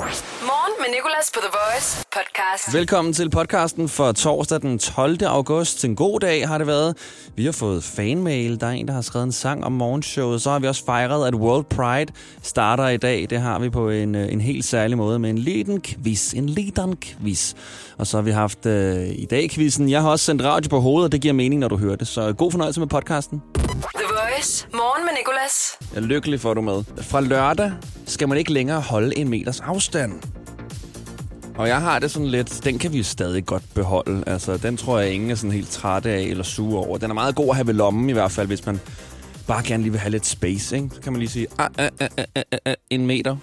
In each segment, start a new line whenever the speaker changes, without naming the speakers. Morgen med Nicolas på The Voice podcast.
Velkommen til podcasten for torsdag den 12. august. En god dag har det været. Vi har fået fanmail. Der er en, der har skrevet en sang om morgenshowet. Så har vi også fejret, at World Pride starter i dag. Det har vi på en, øh, en helt særlig måde med en liten quiz. En liten quiz. Og så har vi haft øh, i dag quizzen. Jeg har også sendt radio på hovedet, og det giver mening, når du hører det. Så god fornøjelse med podcasten.
The Voice. Morgen med Nicolas.
Jeg er lykkelig for, at du er med. Fra lørdag skal man ikke længere holde en meters afstand. Og jeg har det sådan lidt, den kan vi stadig godt beholde. Altså, den tror jeg, ingen er sådan helt trætte af eller sure over. Den er meget god at have ved lommen i hvert fald, hvis man bare gerne lige vil have lidt space, ikke? Så kan man lige sige, ah, ah, ah, ah, ah, ah, ah, en meter.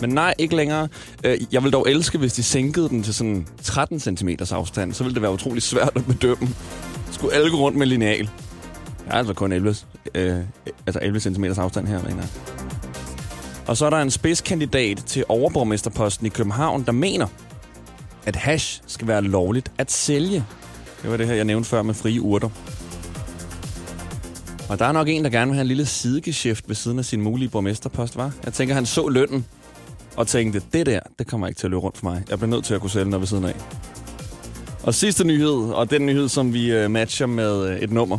Men nej, ikke længere. Øh, Jeg vil dog elske, hvis de sænkede den til sådan 13 cm afstand. Så ville det være utrolig svært at bedømme. Skulle alle gå rundt med lineal. Jeg er altså kun 11, øh, altså 11 cm afstand her, mener jeg. Og så er der en spidskandidat til overborgmesterposten i København, der mener, at hash skal være lovligt at sælge. Det var det her, jeg nævnte før med frie urter. Og der er nok en, der gerne vil have en lille sidegeschæft ved siden af sin mulige borgmesterpost, var. Jeg tænker, han så lønnen og tænkte, det der, det kommer ikke til at løbe rundt for mig. Jeg bliver nødt til at kunne sælge noget ved siden af. Og sidste nyhed, og den nyhed, som vi øh, matcher med øh, et nummer,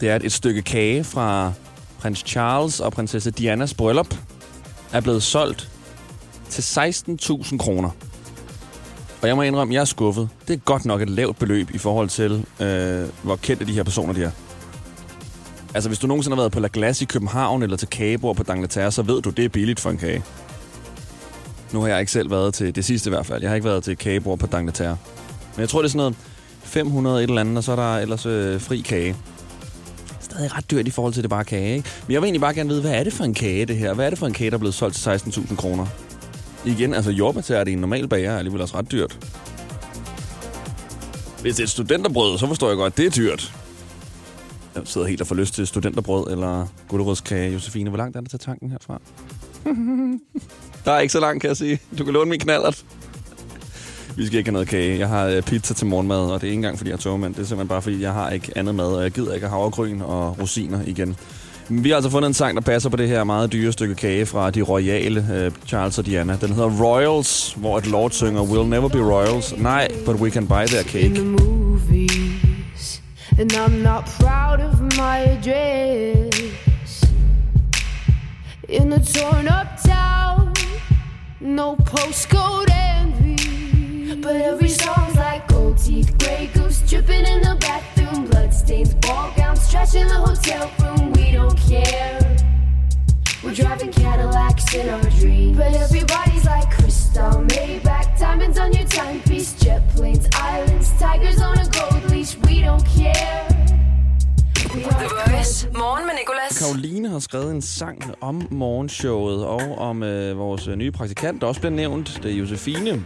det er, at et stykke kage fra prins Charles og prinsesse Dianas bryllup er blevet solgt til 16.000 kroner. Og jeg må indrømme, jeg er skuffet. Det er godt nok et lavt beløb i forhold til, øh, hvor kendte de her personer de er. Altså, hvis du nogensinde har været på La Glace i København eller til kagebord på D'Angleterre, så ved du, det er billigt for en kage. Nu har jeg ikke selv været til det sidste i hvert fald. Jeg har ikke været til kagebord på D'Angleterre. Men jeg tror, det er sådan noget 500 et eller andet, og så er der ellers øh, fri kage stadig ret dyrt i forhold til, det bare kage. Ikke? Men jeg vil egentlig bare gerne vide, hvad er det for en kage, det her? Hvad er det for en kage, der er blevet solgt til 16.000 kroner? Igen, altså jordbærtær er det en normal bager, er alligevel også ret dyrt. Hvis det er et studenterbrød, så forstår jeg godt, det er dyrt. Jeg sidder helt og får lyst til studenterbrød eller gulerødskage. Josefine, hvor langt er det til tanken herfra? der er ikke så langt, kan jeg sige. Du kan låne min knallert. Vi skal ikke have noget kage. Jeg har øh, pizza til morgenmad, og det er ikke engang, fordi jeg er tørmand. Det er simpelthen bare, fordi jeg har ikke andet mad, og jeg gider ikke have havregryn og rosiner igen. Men Vi har altså fundet en sang, der passer på det her meget dyre stykke kage fra de royale øh, Charles og Diana. Den hedder Royals, hvor et lord synger We'll never be royals. Nej, but we can buy their
in the
cake.
movies, and I'm not proud of my address. In a torn up town, no postcode envy, but every song's like gold teeth, gray goose dripping in the bathroom, bloodstains, ball gowns, trash in the hotel room. We don't care. We're driving Cadillacs in our dreams. But everybody's like crystal Maybach, diamonds on your timepiece, jet planes, islands, tigers on a gold leash. We don't care. We
The
are
Voice. Morgen med Nicolas.
Karoline har skrevet en sang om morgenshowet og om øh, vores øh, nye praktikant, der også bliver nævnt. Det er Josefine.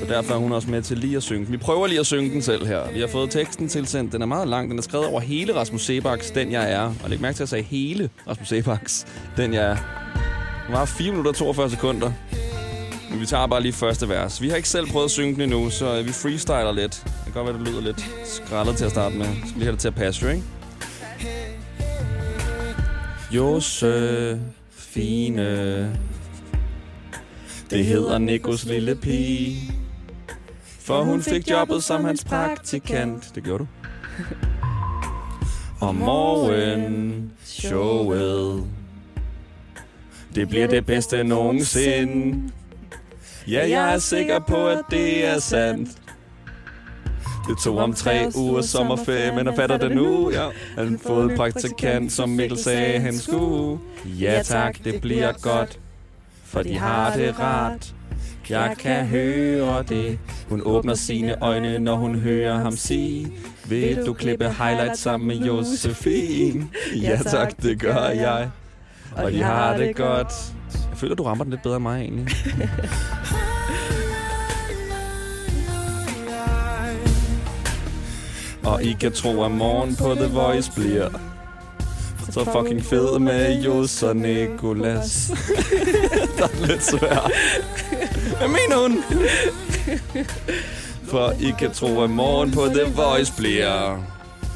Så derfor er hun også med til lige at synge den. Vi prøver lige at synge den selv her. Vi har fået teksten tilsendt. Den er meget lang. Den er skrevet over hele Rasmus Sebaks, den jeg er. Og læg mærke til, at jeg sagde hele Rasmus Sebaks, den jeg er. Den var 4 minutter og 42 sekunder. Men vi tager bare lige første vers. Vi har ikke selv prøvet at synge den endnu, så øh, vi freestyler lidt. Det kan godt være, det lyder lidt skrællet til at starte med. Vi skal lige have det til at passe, jo, ikke? Josefine. Det hedder Nikos lille pige. For hun fik jobbet som hans praktikant. Det gjorde du. Og morgen showet. Det bliver det bedste nogensinde. Ja, jeg er sikker på, at det er sandt. Det tog om tre uger sommerferie, men jeg fatter det nu. Ja. Han fået praktikant, som Mikkel sagde, han skulle. Ja tak, det bliver godt, for de har det rart. Jeg kan høre det. Hun åbner sine øjne, når hun hører ham sige. Vil du klippe highlights sammen med Josefine? Ja tak, det gør jeg. Og de har det godt. Jeg føler, du rammer den lidt bedre end mig egentlig. Og I kan tro, at morgen på The Voice bliver så fucking fed med Jus og Nicolas. Der er lidt svært. Hvad mener hun? For I kan tro, at morgen på The Voice bliver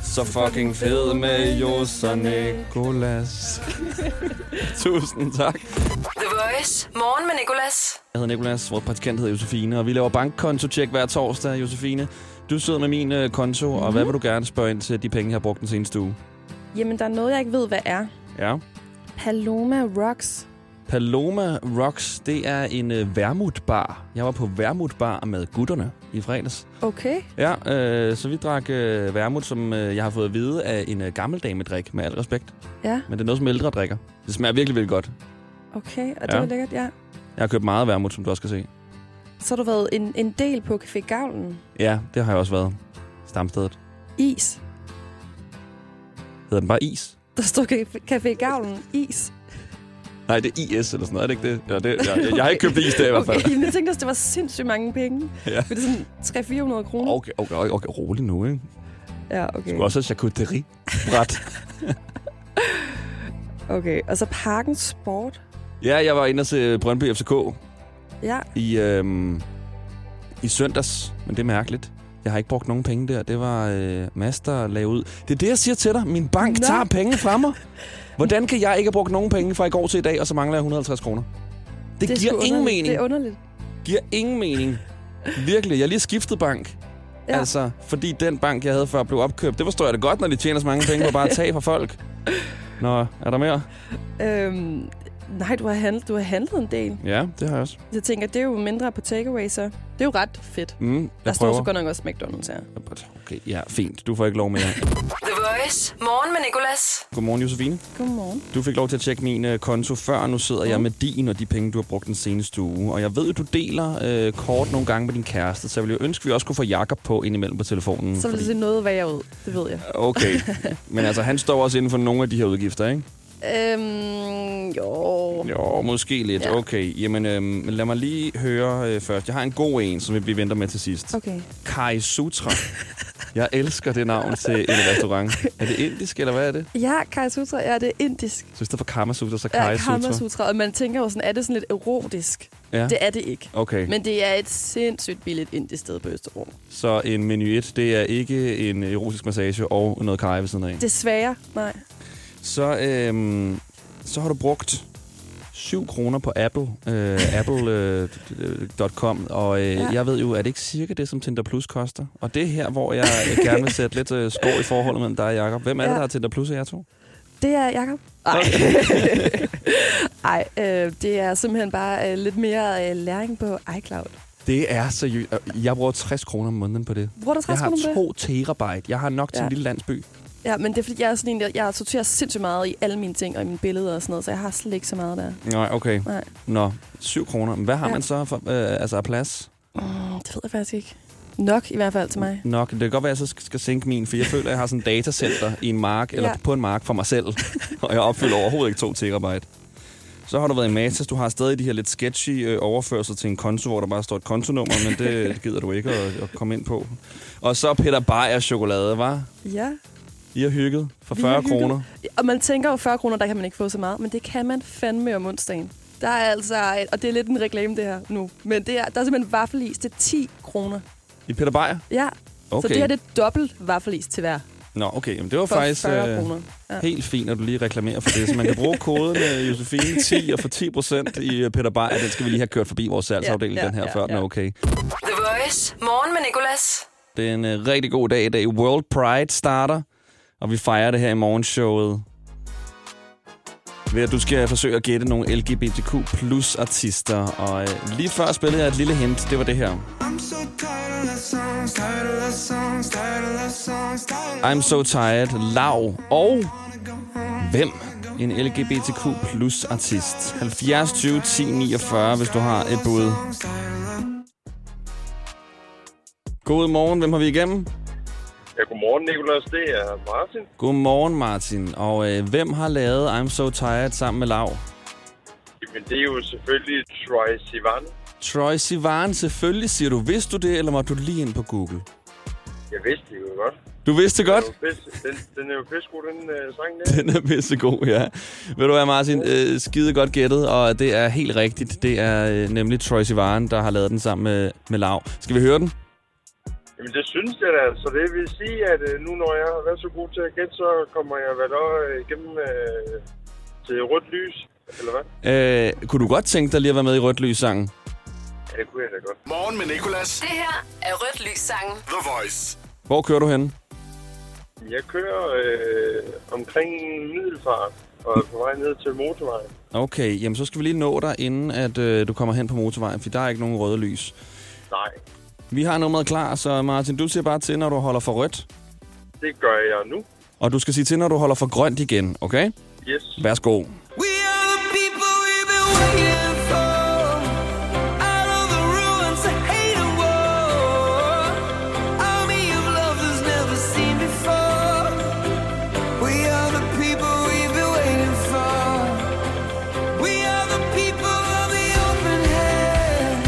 så fucking fed med Jus og Nicolas. Tusind tak.
The Voice. Morgen med Nicolas.
Jeg hedder Nikolas, vores praktikant hedder Josefine, og vi laver bankkontotjek hver torsdag, Josefine. Du sidder med min øh, konto, mm-hmm. og hvad vil du gerne spørge ind til de penge, jeg har brugt den seneste uge?
Jamen, der er noget, jeg ikke ved, hvad er.
Ja.
Paloma Rocks.
Paloma Rocks, det er en øh, vermutbar. Jeg var på vermutbar med gutterne i fredags.
Okay.
Ja, øh, så vi drak øh, vermut, som øh, jeg har fået at vide af en øh, gammel damedrik, med al respekt.
Ja,
Men det er noget, som ældre drikker. Det smager virkelig, virkelig godt.
okay. Og
Ja.
det var lækkert, ja.
Jeg har købt meget vermut, som du også kan se.
Så har du været en, en del på Café Gavlen.
Ja, det har jeg også været. Stamstedet.
Is.
Hedder den bare is?
Der stod Café- Café Gavlen. Is.
Nej, det er IS eller sådan noget, er det ikke det? Ja, det jeg, jeg, jeg har ikke købt is der i hvert fald.
Okay, jamen, jeg tænkte også, det var sindssygt mange penge.
Ja.
For det er sådan 300-400 kroner.
Okay, okay, okay, okay, rolig nu, ikke?
Ja,
Du
okay.
skal også have charcuterie-bræt.
Okay, og så Parken Sport.
ja, jeg var inde og se øh, Brøndby FCK
Ja,
i, øhm, i søndags, men det er mærkeligt. Jeg har ikke brugt nogen penge der. Det var øh, Mads, der lagde ud. Det er det, jeg siger til dig. Min bank Nå.
Nå.
tager penge fra mig. Hvordan kan jeg ikke have brugt nogen penge fra i går til i dag, og så mangler jeg 150 kroner? Det,
er
det giver
sgu
ingen
underligt.
mening.
Det er underligt.
giver ingen mening. Virkelig, jeg har lige skiftet bank. Ja.
Ja.
Altså, fordi den bank, jeg havde før, blev opkøbt. Det forstår jeg da godt, når de tjener så mange penge på bare at tage fra folk. Nå, er der mere?
Øhm, nej, du har, handlet, du har handlet en del.
Ja, det har jeg også.
Jeg tænker, det er jo mindre på takeaway, så det er jo ret fedt.
Mm,
Der
jeg
står så
prøver.
godt nok også McDonald's her.
Okay, ja, fint. Du får ikke lov mere.
The Voice. Morgen med Nicolas.
Godmorgen, Josefine.
Godmorgen.
Du fik lov til at tjekke min øh, konto før, og nu sidder
Mm.
jeg med din og de penge, du har brugt den seneste uge. Og jeg ved, du deler øh, kort nogle gange med din kæreste, så jeg ville jo ønske, at vi også kunne få Jakob på indimellem på telefonen.
Så vil det se noget værre ud, det ved jeg.
Okay, men altså, han står også inden for nogle af de her udgifter, ikke?
Øhm, jo.
Jo, måske lidt. Ja.
Ja.
Okay, jamen øhm, lad mig lige høre øh, først. Jeg har en god en, som vi- vi venter med til sidst.
Okay.
Kai Sutra. Jeg elsker det navn til en restaurant. Er det indisk, eller hvad er det?
Ja, Kama Sutra, ja, det er indisk.
Så i stedet for Kama Sutra, så
Ja,
Kai
Kama
Sutra.
Sutra. Og man tænker jo sådan, er det sådan lidt erotisk?
Ja,
Det er det ikke.
okay.
Men det er et sindssygt billigt indisk sted på Østerbro.
Så en menu 1, det er ikke en erotisk massage og noget kaj ved siden af.
Desværre, nej.
Så, øhm, så har du brugt 7 kroner på Apple, øh, apple.com, øh, dot com, og øh, ja.
Ja.
jeg ved jo, er det ikke cirka det, som Tinder Plus koster? Og det er her, hvor jeg øh, gerne vil sætte lidt øh, skår i forholdet mellem dig og Jacob. Hvem er ja.
Ja.
det, der har Tinder Plus af jer to?
Det er Jakob. Nej. Ej, øh, det er simpelthen bare øh, lidt mere øh, læring på iCloud.
Det er seriøst. Jeg bruger 60 kroner om måneden på det.
Bruger du 60
Jeg har
kroner på det?
2 terabyte. Jeg har nok til ja.
Ja.
en lille landsby.
Ja, men det er fordi, jeg er sådan en, der, jeg sorterer sindssygt meget i alle mine ting og i mine billeder og sådan noget, så jeg har slet ikke så meget der.
Nej, okay.
Nej,
Nå, 7 kroner. Men Hvad har ja.
Ja.
man så for, øh, altså af plads?
mm, det ved jeg faktisk ikke. Nok i hvert fald til mig.
Nok. Det kan godt være, at jeg så skal sænke min, for jeg føler, at jeg har sådan en datacenter i en mark, eller ja.
Ja.
på en mark for mig selv, og jeg opfylder overhovedet ikke to terabyte. Så har du været i Matas. Du har stadig de her lidt sketchy øh, overførsel til en konto, hvor der bare står et kontonummer, men det gider du ikke at, at komme ind på. Og så Peter Beyer chokolade, var.
Ja.
I har hygget for
Vi har
40
hygget.
kroner.
Og man tænker jo, 40 kroner, der kan man ikke få så meget, men det kan man fandme om onsdagen. Der er altså, og det er lidt en reklame det her nu, men det er, der er simpelthen vaffelis til 10 kroner.
I Peter Beyer?
Ja,
Okay.
så det her det er dobbelt vaffelis til hver
Nå, okay. Jamen, det var
for
faktisk
40
øh,
kroner. Ja.
helt fint, at du lige reklamerer for det. Så man kan bruge koden øh, Josefine 10 og få 10 i øh, Peter Beyer. Den skal vi lige have kørt forbi vores salgsafdeling,
Ja,
den her,
ja,
før den er
ja.
okay.
The Voice. Morgen med Nicolas.
Det er en øh, rigtig god dag i dag. World Pride starter, og vi fejrer det her i morgenshowet. Ved at du skal forsøge at gætte nogle LGBTQ plus artister. Og øh, lige før spillede jeg et lille hint. Det var det her.
I'm so tired of love songs, tired of love songs, tired of love songs, tired of
I'm so tired, lav og hvem? En LGBTQ plus artist. 70 20 10 49, hvis du har et bud. God morgen, hvem har vi igennem?
Ja, godmorgen, Nicolas. Det er Martin.
Godmorgen, Martin. Og øh, hvem har lavet I'm So Tired sammen med Lav?
Jamen, det er jo selvfølgelig Troy Sivan.
Troy Sivan, selvfølgelig siger du. Vidste du det, eller var du lige ind på Google?
Jeg vidste det jo godt.
Du vidste det
Den
godt.
er jo pis- Den, den er jo pissegod, den øh, sang der.
Den er pissegod, ja. Ved du hvad, Martin? Øh, skide godt gættet, og det er helt rigtigt. Det er øh, nemlig Troy Sivan, der har lavet den sammen med, med Lav. Skal vi høre den?
Jamen, det synes jeg da. Så det vil sige, at øh, nu når jeg har været så god til at gætte, så kommer jeg vel også øh, igennem øh, til rødt lys.
eller hvad?
Øh, kunne du godt tænke dig lige at være med i Rødt Lys-sangen?
Ja, det kunne jeg da godt.
Morgen med Nicolas.
Det her er Rødt Lys-sangen.
The Voice.
Hvor kører du hen?
Jeg kører øh, omkring Middelfart og er på vej ned til motorvejen.
Okay, jamen så skal vi lige nå dig, inden at øh, du kommer hen på motorvejen, for der er ikke nogen røde lys.
Nej,
Vi har nummeret klar, så Martin, du siger bare til, når du holder for rødt.
det gør jeg nu.
Og du skal sige til, når du holder for grønt igen, okay?
Yes.
Værsgo.
We are the people we've been waiting for. Out of the ruins, a hated war. Army of lovers never seen before. We are the people we've been waiting for. We are the people of the open hand.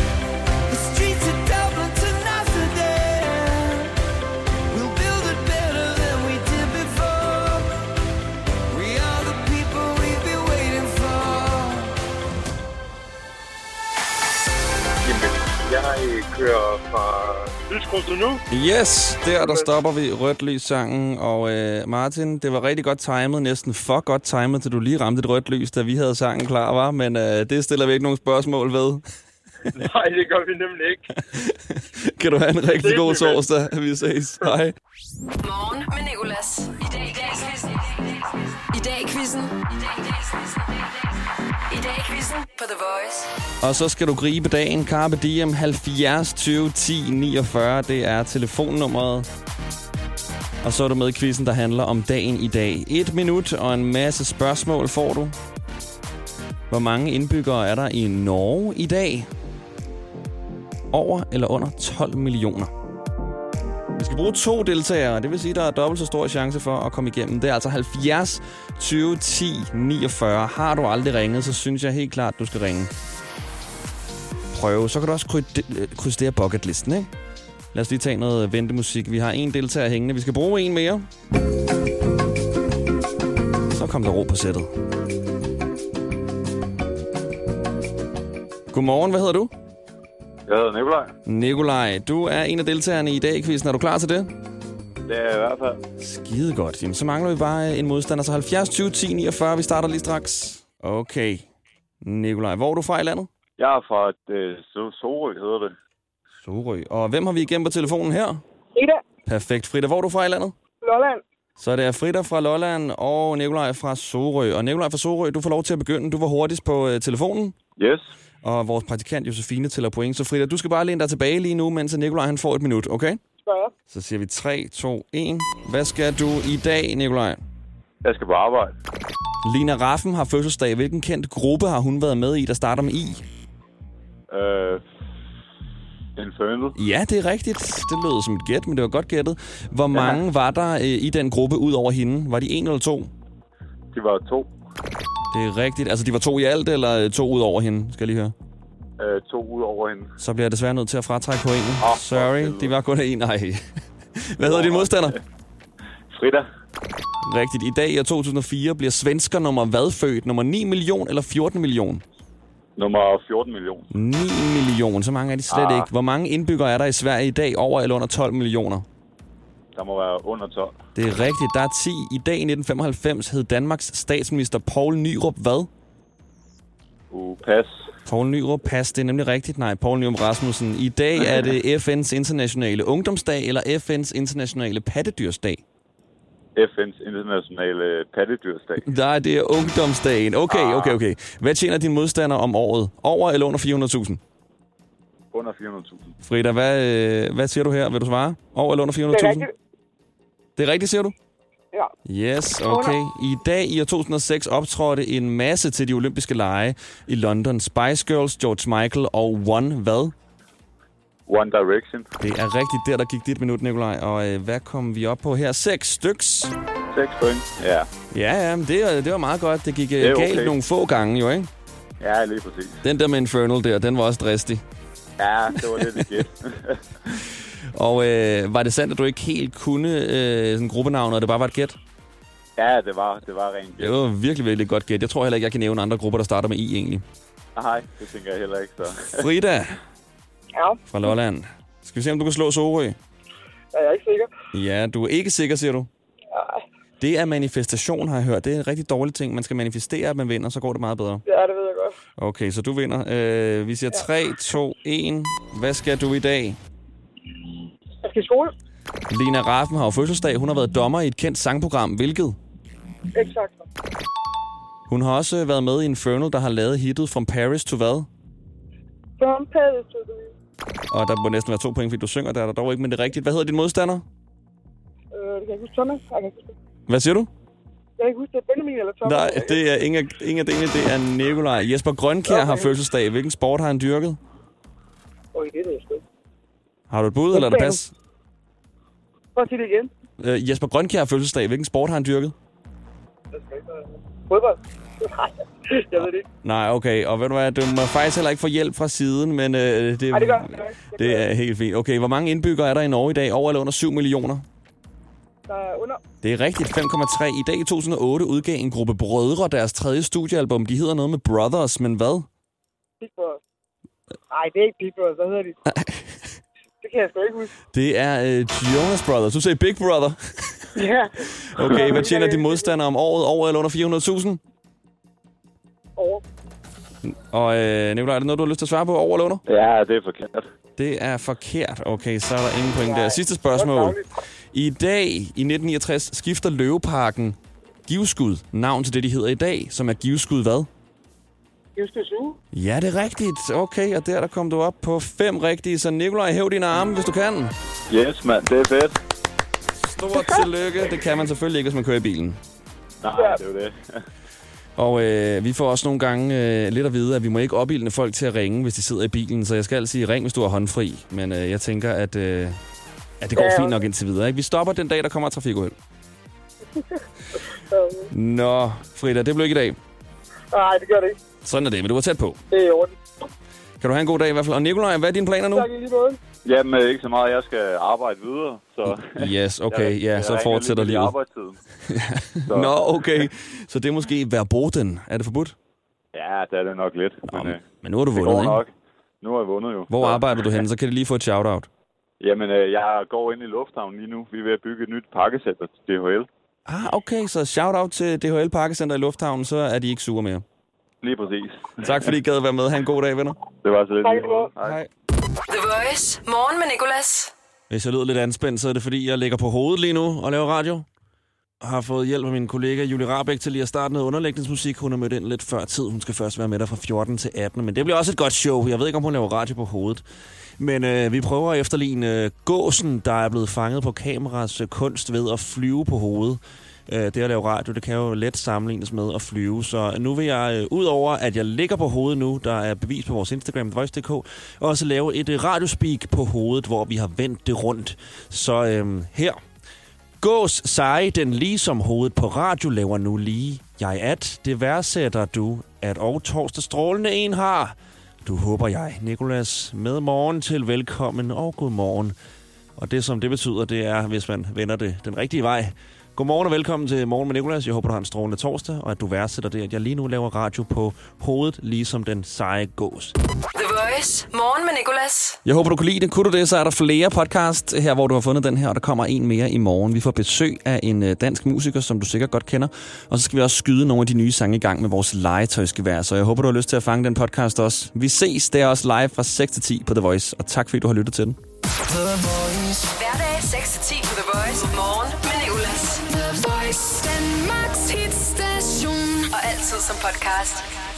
The streets of Dublin to Notre We'll build it better than we did before. We are the people we've been waiting for.
Jamen, jeg kører fra Lyskrydset nu.
Yes, der der stopper vi rødt lys sangen. Og øh, Martin, det var rigtig godt timet, næsten for godt timet, til du lige ramte et rødt lys, da vi havde sangen klar, var. Men øh, det stiller vi ikke nogen spørgsmål ved.
Nej, det gør vi nemlig ikke.
Kan du have en rigtig
Det
god
er vi, mand.
torsdag. Vi ses. Hej.
Morgen med Nicolas. I dag i dag quizzen. I dag i quizzen. I dag i dag quizzen. I dag i quizzen på The Voice.
Og så skal du gribe dagen. Carpe Diem 70 20 10 49. Det er telefonnummeret. Og så er du med i quizzen, der handler om dagen i dag. Et minut og en masse spørgsmål får du. Hvor mange indbyggere er der i Norge i dag? Over eller under 12 millioner? Vi skal bruge to deltagere, det vil sige, at der er dobbelt så stor chance for at komme igennem. Det er altså 70 20 10 49. Har du aldrig ringet, så synes jeg helt klart, du skal ringe prøve. Så kan du også krydde- øh, krydse det her bucketlisten, ikke? Lad os lige tage noget ventemusik. Vi har en deltager hængende. Vi skal bruge en mere. Så kom der ro på sættet. Godmorgen, hvad hedder du?
Jeg hedder Nikolaj.
Nikolaj, du er en af deltagerne i dag, quizzen. Er du klar til det?
Det er jeg i hvert fald.
Skide godt. Jamen, så mangler vi bare øh, en modstander. Så 70 20 10 49. Vi starter lige straks. Okay. Nikolaj, hvor er du fra i landet?
Jeg er fra øh, So- Sorø, hedder det.
Sorø. Og hvem har vi igennem på telefonen her?
Frida,
Perfekt. Frida, hvor er du fra i landet?
Lolland.
Så det er Frida fra Lolland og Nikolaj fra Sorø. Og Nikolaj fra Sorø, du får lov til at begynde. Du var hurtigst på øh, telefonen,
Yes.
og vores praktikant Josefine tæller point. Så Frida, du skal bare læne dig tilbage lige nu, mens Nikolaj han får et minut, okay?
Spørger.
Så siger vi 3, 2, 1. Hvad skal du i dag, Nikolaj?
Jeg skal på arbejde.
Lina Raffen har fødselsdag. Hvilken kendt gruppe har hun været med i, der starter med I?
Øh, Infernal.
Ja, det er rigtigt. Det lød som et gæt, men det var godt gættet. Hvor mange var der øh, i den gruppe ud over hende? Var de en eller to?
De var to.
Det er rigtigt. Altså, de var to i alt, eller øh, to ud over hende, skal jeg lige høre.
Øh, to ud over hende.
Så bliver jeg desværre nødt til at fratrække pointen.
for
Oh, Sorry,
helvede.
det var kun en. Nej. Hvad hedder din modstander?
Frida.
Rigtigt. I dag i år 2004 bliver svensker nummer hvad født? Nummer 9 million eller 14 million?
Nummer 14 million.
9 million. Så mange er de slet ah.
Ah.
ikke. Hvor mange indbyggere er der i Sverige i dag over eller under 12 millioner?
Der må være under 12.
Det er rigtigt. Der er 10. I dag i 1995 hed Danmarks statsminister Poul Nyrup hvad?
Uh, pas.
Poul Nyrup, pas. Det er nemlig rigtigt. Nej, Poul Nyrup Rasmussen. I dag er det FN's internationale ungdomsdag eller FN's internationale pattedyrsdag?
FN's internationale pattedyrsdag.
Nej, det er ungdomsdagen. Okay, okay, okay. Hvad tjener din modstander om året? Over eller under 400.000?
Under 400.000.
Frida, hvad, øh, hvad siger du her? Vil du svare? Over eller under 400.000?
Det er rigtigt.
Det er rigtigt, siger du?
Ja.
Yes, okay. I dag i år 2006 optrådte en masse til de olympiske lege i London. Spice Girls, George Michael og One hvad?
One Direction.
Det er rigtigt der, der gik dit minut, Nikolaj. Og øh, hvad kom vi op på her? Seks styks.
6 point. Ja.
Ja, ja, men det, øh, det var meget godt. Det gik øh,
Det er
galt
okay.
nogle få gange jo, ikke?
Ja, lige præcis.
Den der med Infernal der, den var også dristig.
Ja, det var lidt et gæt.
Og øh, var det sandt, at du ikke helt kunne øh, sådan gruppenavnet, og det bare var et gæt?
ja, det var, det var rent
Det
gæt.
var virkelig, virkelig godt gæt. Jeg tror heller ikke, jeg kan nævne andre grupper, der starter med I egentlig.
Nej, Ah, det tænker jeg heller ikke, så.
Frida
Ja,
fra Lolland. Skal vi se, om du kan slå Sorø?
jeg er ikke sikker.
Ja, du er ikke sikker, siger du. Det er manifestation, har jeg hørt. Det er en rigtig dårlig ting. Man skal manifestere, at man vinder, så går det meget bedre.
Ja, det ved jeg godt.
Okay, så du vinder. Øh, vi siger 3, 2, 1. Hvad skal du i dag?
Jeg skal i skole.
Lina Raffen har jo fødselsdag. Hun har været dommer i et kendt sangprogram, hvilket?
Exakt.
Hun har også været med i Inferno, der har lavet hittet From Paris to hvad?
From Paris to the
Og der må næsten være to point, fordi du synger. Der er der dog ikke, men det er rigtigt. Hvad hedder din modstander?
Øh, det kan jeg ikke huske Thomas. Jeg kan ikke huske det.
Hvad siger du?
Jeg kan ikke huske, det er Benjamin eller Thomas.
Nej, det er ingen, af- ingen af delene. Det er Nikolaj. Jesper Grønkær okay. har fødselsdag. Hvilken sport har han dyrket?
Okay, det ved jeg sgu ikke.
Har du et bud, eller er det pas?
Prøv at sige det igen.
Øh, Jesper Grønkær har fødselsdag. Hvilken sport har han dyrket?
Fodbold? Nej, jeg ved det ikke.
Nej, okay. Og ved du hvad, du må faktisk heller ikke få hjælp fra siden, men øh, det,
Nej, det gør jeg ikke. Det gør
det
jeg
er
ikke.
helt fint. Okay, hvor mange indbyggere er der i Norge i dag? Over eller under 7 millioner?
Der er under.
Det er rigtigt. 5,3. I dag i 2008 udgav en gruppe brødre deres tredje studiealbum. De hedder noget med Brothers, men hvad?
Big Brothers. Nej, det er ikke Big Brothers. Hvad hedder de? det kan jeg sgu ikke huske.
Det er øh, Jonas Brothers. Du sagde Big Brother.
Ja.
Okay, hvad tjener de modstandere om året? Over eller under
Over.
400.000? Og øh, Nicolaj, er det noget, du har lyst til at svare på? Over eller under?
Ja, det er forkert.
Det er forkert. Okay, så er der ingen point der. Sidste spørgsmål. I dag, i 1969, skifter Løveparken Givskud navn til det, de hedder i dag, som er Givskud hvad?
Jeg skal suge.
Ja, det er rigtigt. Okay, og der, der kom du op på fem rigtige. Så Nikolaj, hæv dine arme, hvis du kan.
Yes, mand, det er fedt.
Stort tillykke. Det kan man selvfølgelig ikke, hvis man kører i bilen.
Nej, det er jo det.
Og øh, vi får også nogle gange øh, lidt at vide, at vi må ikke opildne folk til at ringe, hvis de sidder i bilen. Så jeg skal altid sige, ring, hvis du er håndfri. Men øh, jeg tænker, at, øh, at det går
Ja.
fint nok indtil videre. Ikke? Vi stopper den dag, der kommer et trafikuheld. Nå, Frida, det blev ikke i dag.
Øh, Nej, det gør det ikke.
Sådan er det, men du var tæt på.
Det er i orden.
Kan du have en god dag i hvert fald. Og Nikolaj, hvad er dine planer nu?
Tak i lige måde.
Jamen, øh, ikke så meget. Jeg skal arbejde videre, så...
Yes, okay, ja, så fortsætter
lige i
livet.
arbejdstiden.
Nå, okay. Så det er måske verboten. Er det forbudt?
Ja, det er det nok lidt.
Nå,
men, øh,
men nu har du
det går
vundet, ikke?
nok. Nu har jeg vundet jo.
Hvor
Så-
arbejder du henne? Så kan de lige få et shout-out.
Jamen, øh, jeg går ind i lufthavnen lige nu. Vi er ved at bygge et nyt pakkecenter til DHL.
Ah, okay, så shout-out til DHL Parkecenter i Lufthavnen, så er de ikke sure mere.
Lige præcis.
Tak fordi I gad være med. Ha' en god dag, venner.
Det var så lidt.
Tak i lige måde.
Hej.
The Voice. Morgen med Nicolas.
Hvis jeg lyder lidt anspændt, så er det fordi, jeg ligger på hovedet lige nu og laver radio. Og har fået hjælp af min kollega Julie Rabeck til lige at starte noget underlægningsmusik. Hun er mødt ind lidt før tid. Hun skal først være med dig fra 14 til 18. Men det bliver også et godt show. Jeg ved ikke, om hun laver radio på hovedet. Men øh, vi prøver at efterligne øh, gåsen, der er blevet fanget på kameras øh, kunst ved at flyve på hovedet. Øh, det at lave radio, det kan jo let sammenlignes med at flyve. Så nu vil jeg, øh, ud over at jeg ligger på hovedet nu, der er bevis på vores Instagram, voice.dk, også lave et øh, radiospeak på hovedet, hvor vi har vendt det rundt. Så øh, her. Gås seje, den lige som hovedet på radio laver nu lige. Jeg at, det værdsætter du, at og torsdag strålende en har. Du håber jeg, Nikolas, med morgen til velkommen og godmorgen. Og det, som det betyder, det er, hvis man vender det den rigtige vej. Godmorgen og velkommen til Morgen med Nikolas. Jeg håber, du har en strålende torsdag, og at du værdsætter det, at jeg lige nu laver radio på hovedet, ligesom den seje gås.
The Voice. Morgen med Nicolas.
Jeg håber, du kunne lide det. Kunne du det, så er der flere podcast her, hvor du har fundet den her, og der kommer en mere i morgen. Vi får besøg af en øh, dansk musiker, som du sikkert godt kender. Og så skal vi også skyde nogle af de nye sange i gang med vores legetøjsgevær. Så jeg håber, du har lyst til at fange den podcast også. Vi ses. Det er også live fra 6 til 10 på The Voice. Og tak, fordi du har lyttet til den.
Hverdag 6-10 på The Voice. Morgen med Nicolas.
The Voice, Danmarks hitstation.
Og altid som podcast.